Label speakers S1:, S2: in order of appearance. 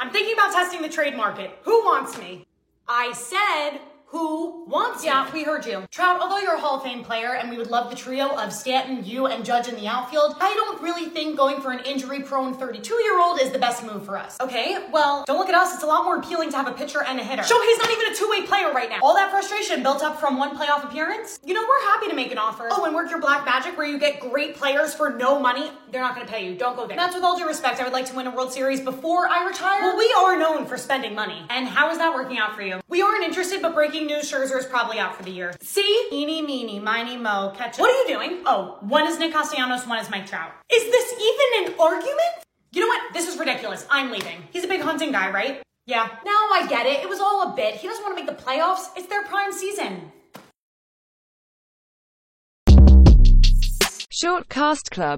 S1: I'm thinking about testing the trade market. Who wants me? I said, who wants yeah, me? Yeah, we heard you. Trout, although you're a Hall of Fame player and we would love the trio of Stanton, you, and Judge in the outfield, I don't really think going for an injury prone 32 year old is the best move for us. Okay, well, don't look at us. It's a lot more appealing to have a pitcher and a hitter. Shohei's not even a two way player right now. All that frustration built up from one playoff appearance? You know, we're happy to make an offer. Oh, and work your black magic where you get great players for no money. They're not gonna pay you. Don't go there. That's with all due respect. I would like to win a World Series before I retire. Well, we are known for spending money. And how is that working out for you? We aren't interested, but breaking news, Scherzer is probably out for the year. See? Eeny, meeny, miny, mo, catch What are you doing? Oh, one is Nick Castellanos, one is Mike Trout. Is this even an argument? You know what? This is ridiculous. I'm leaving. He's a big hunting guy, right? Yeah. Now I get it. It was all a bit. He doesn't want to make the playoffs. It's their prime season.
S2: Short Cast Club